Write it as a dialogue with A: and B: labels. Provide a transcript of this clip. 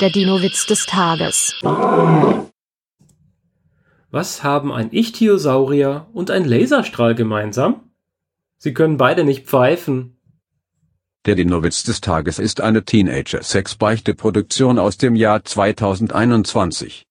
A: Der Dino-Witz des Tages.
B: Was haben ein Ichthyosaurier und ein Laserstrahl gemeinsam? Sie können beide nicht pfeifen.
C: Der Dinowitz des Tages ist eine Teenager-Sex-Beichte-Produktion aus dem Jahr 2021.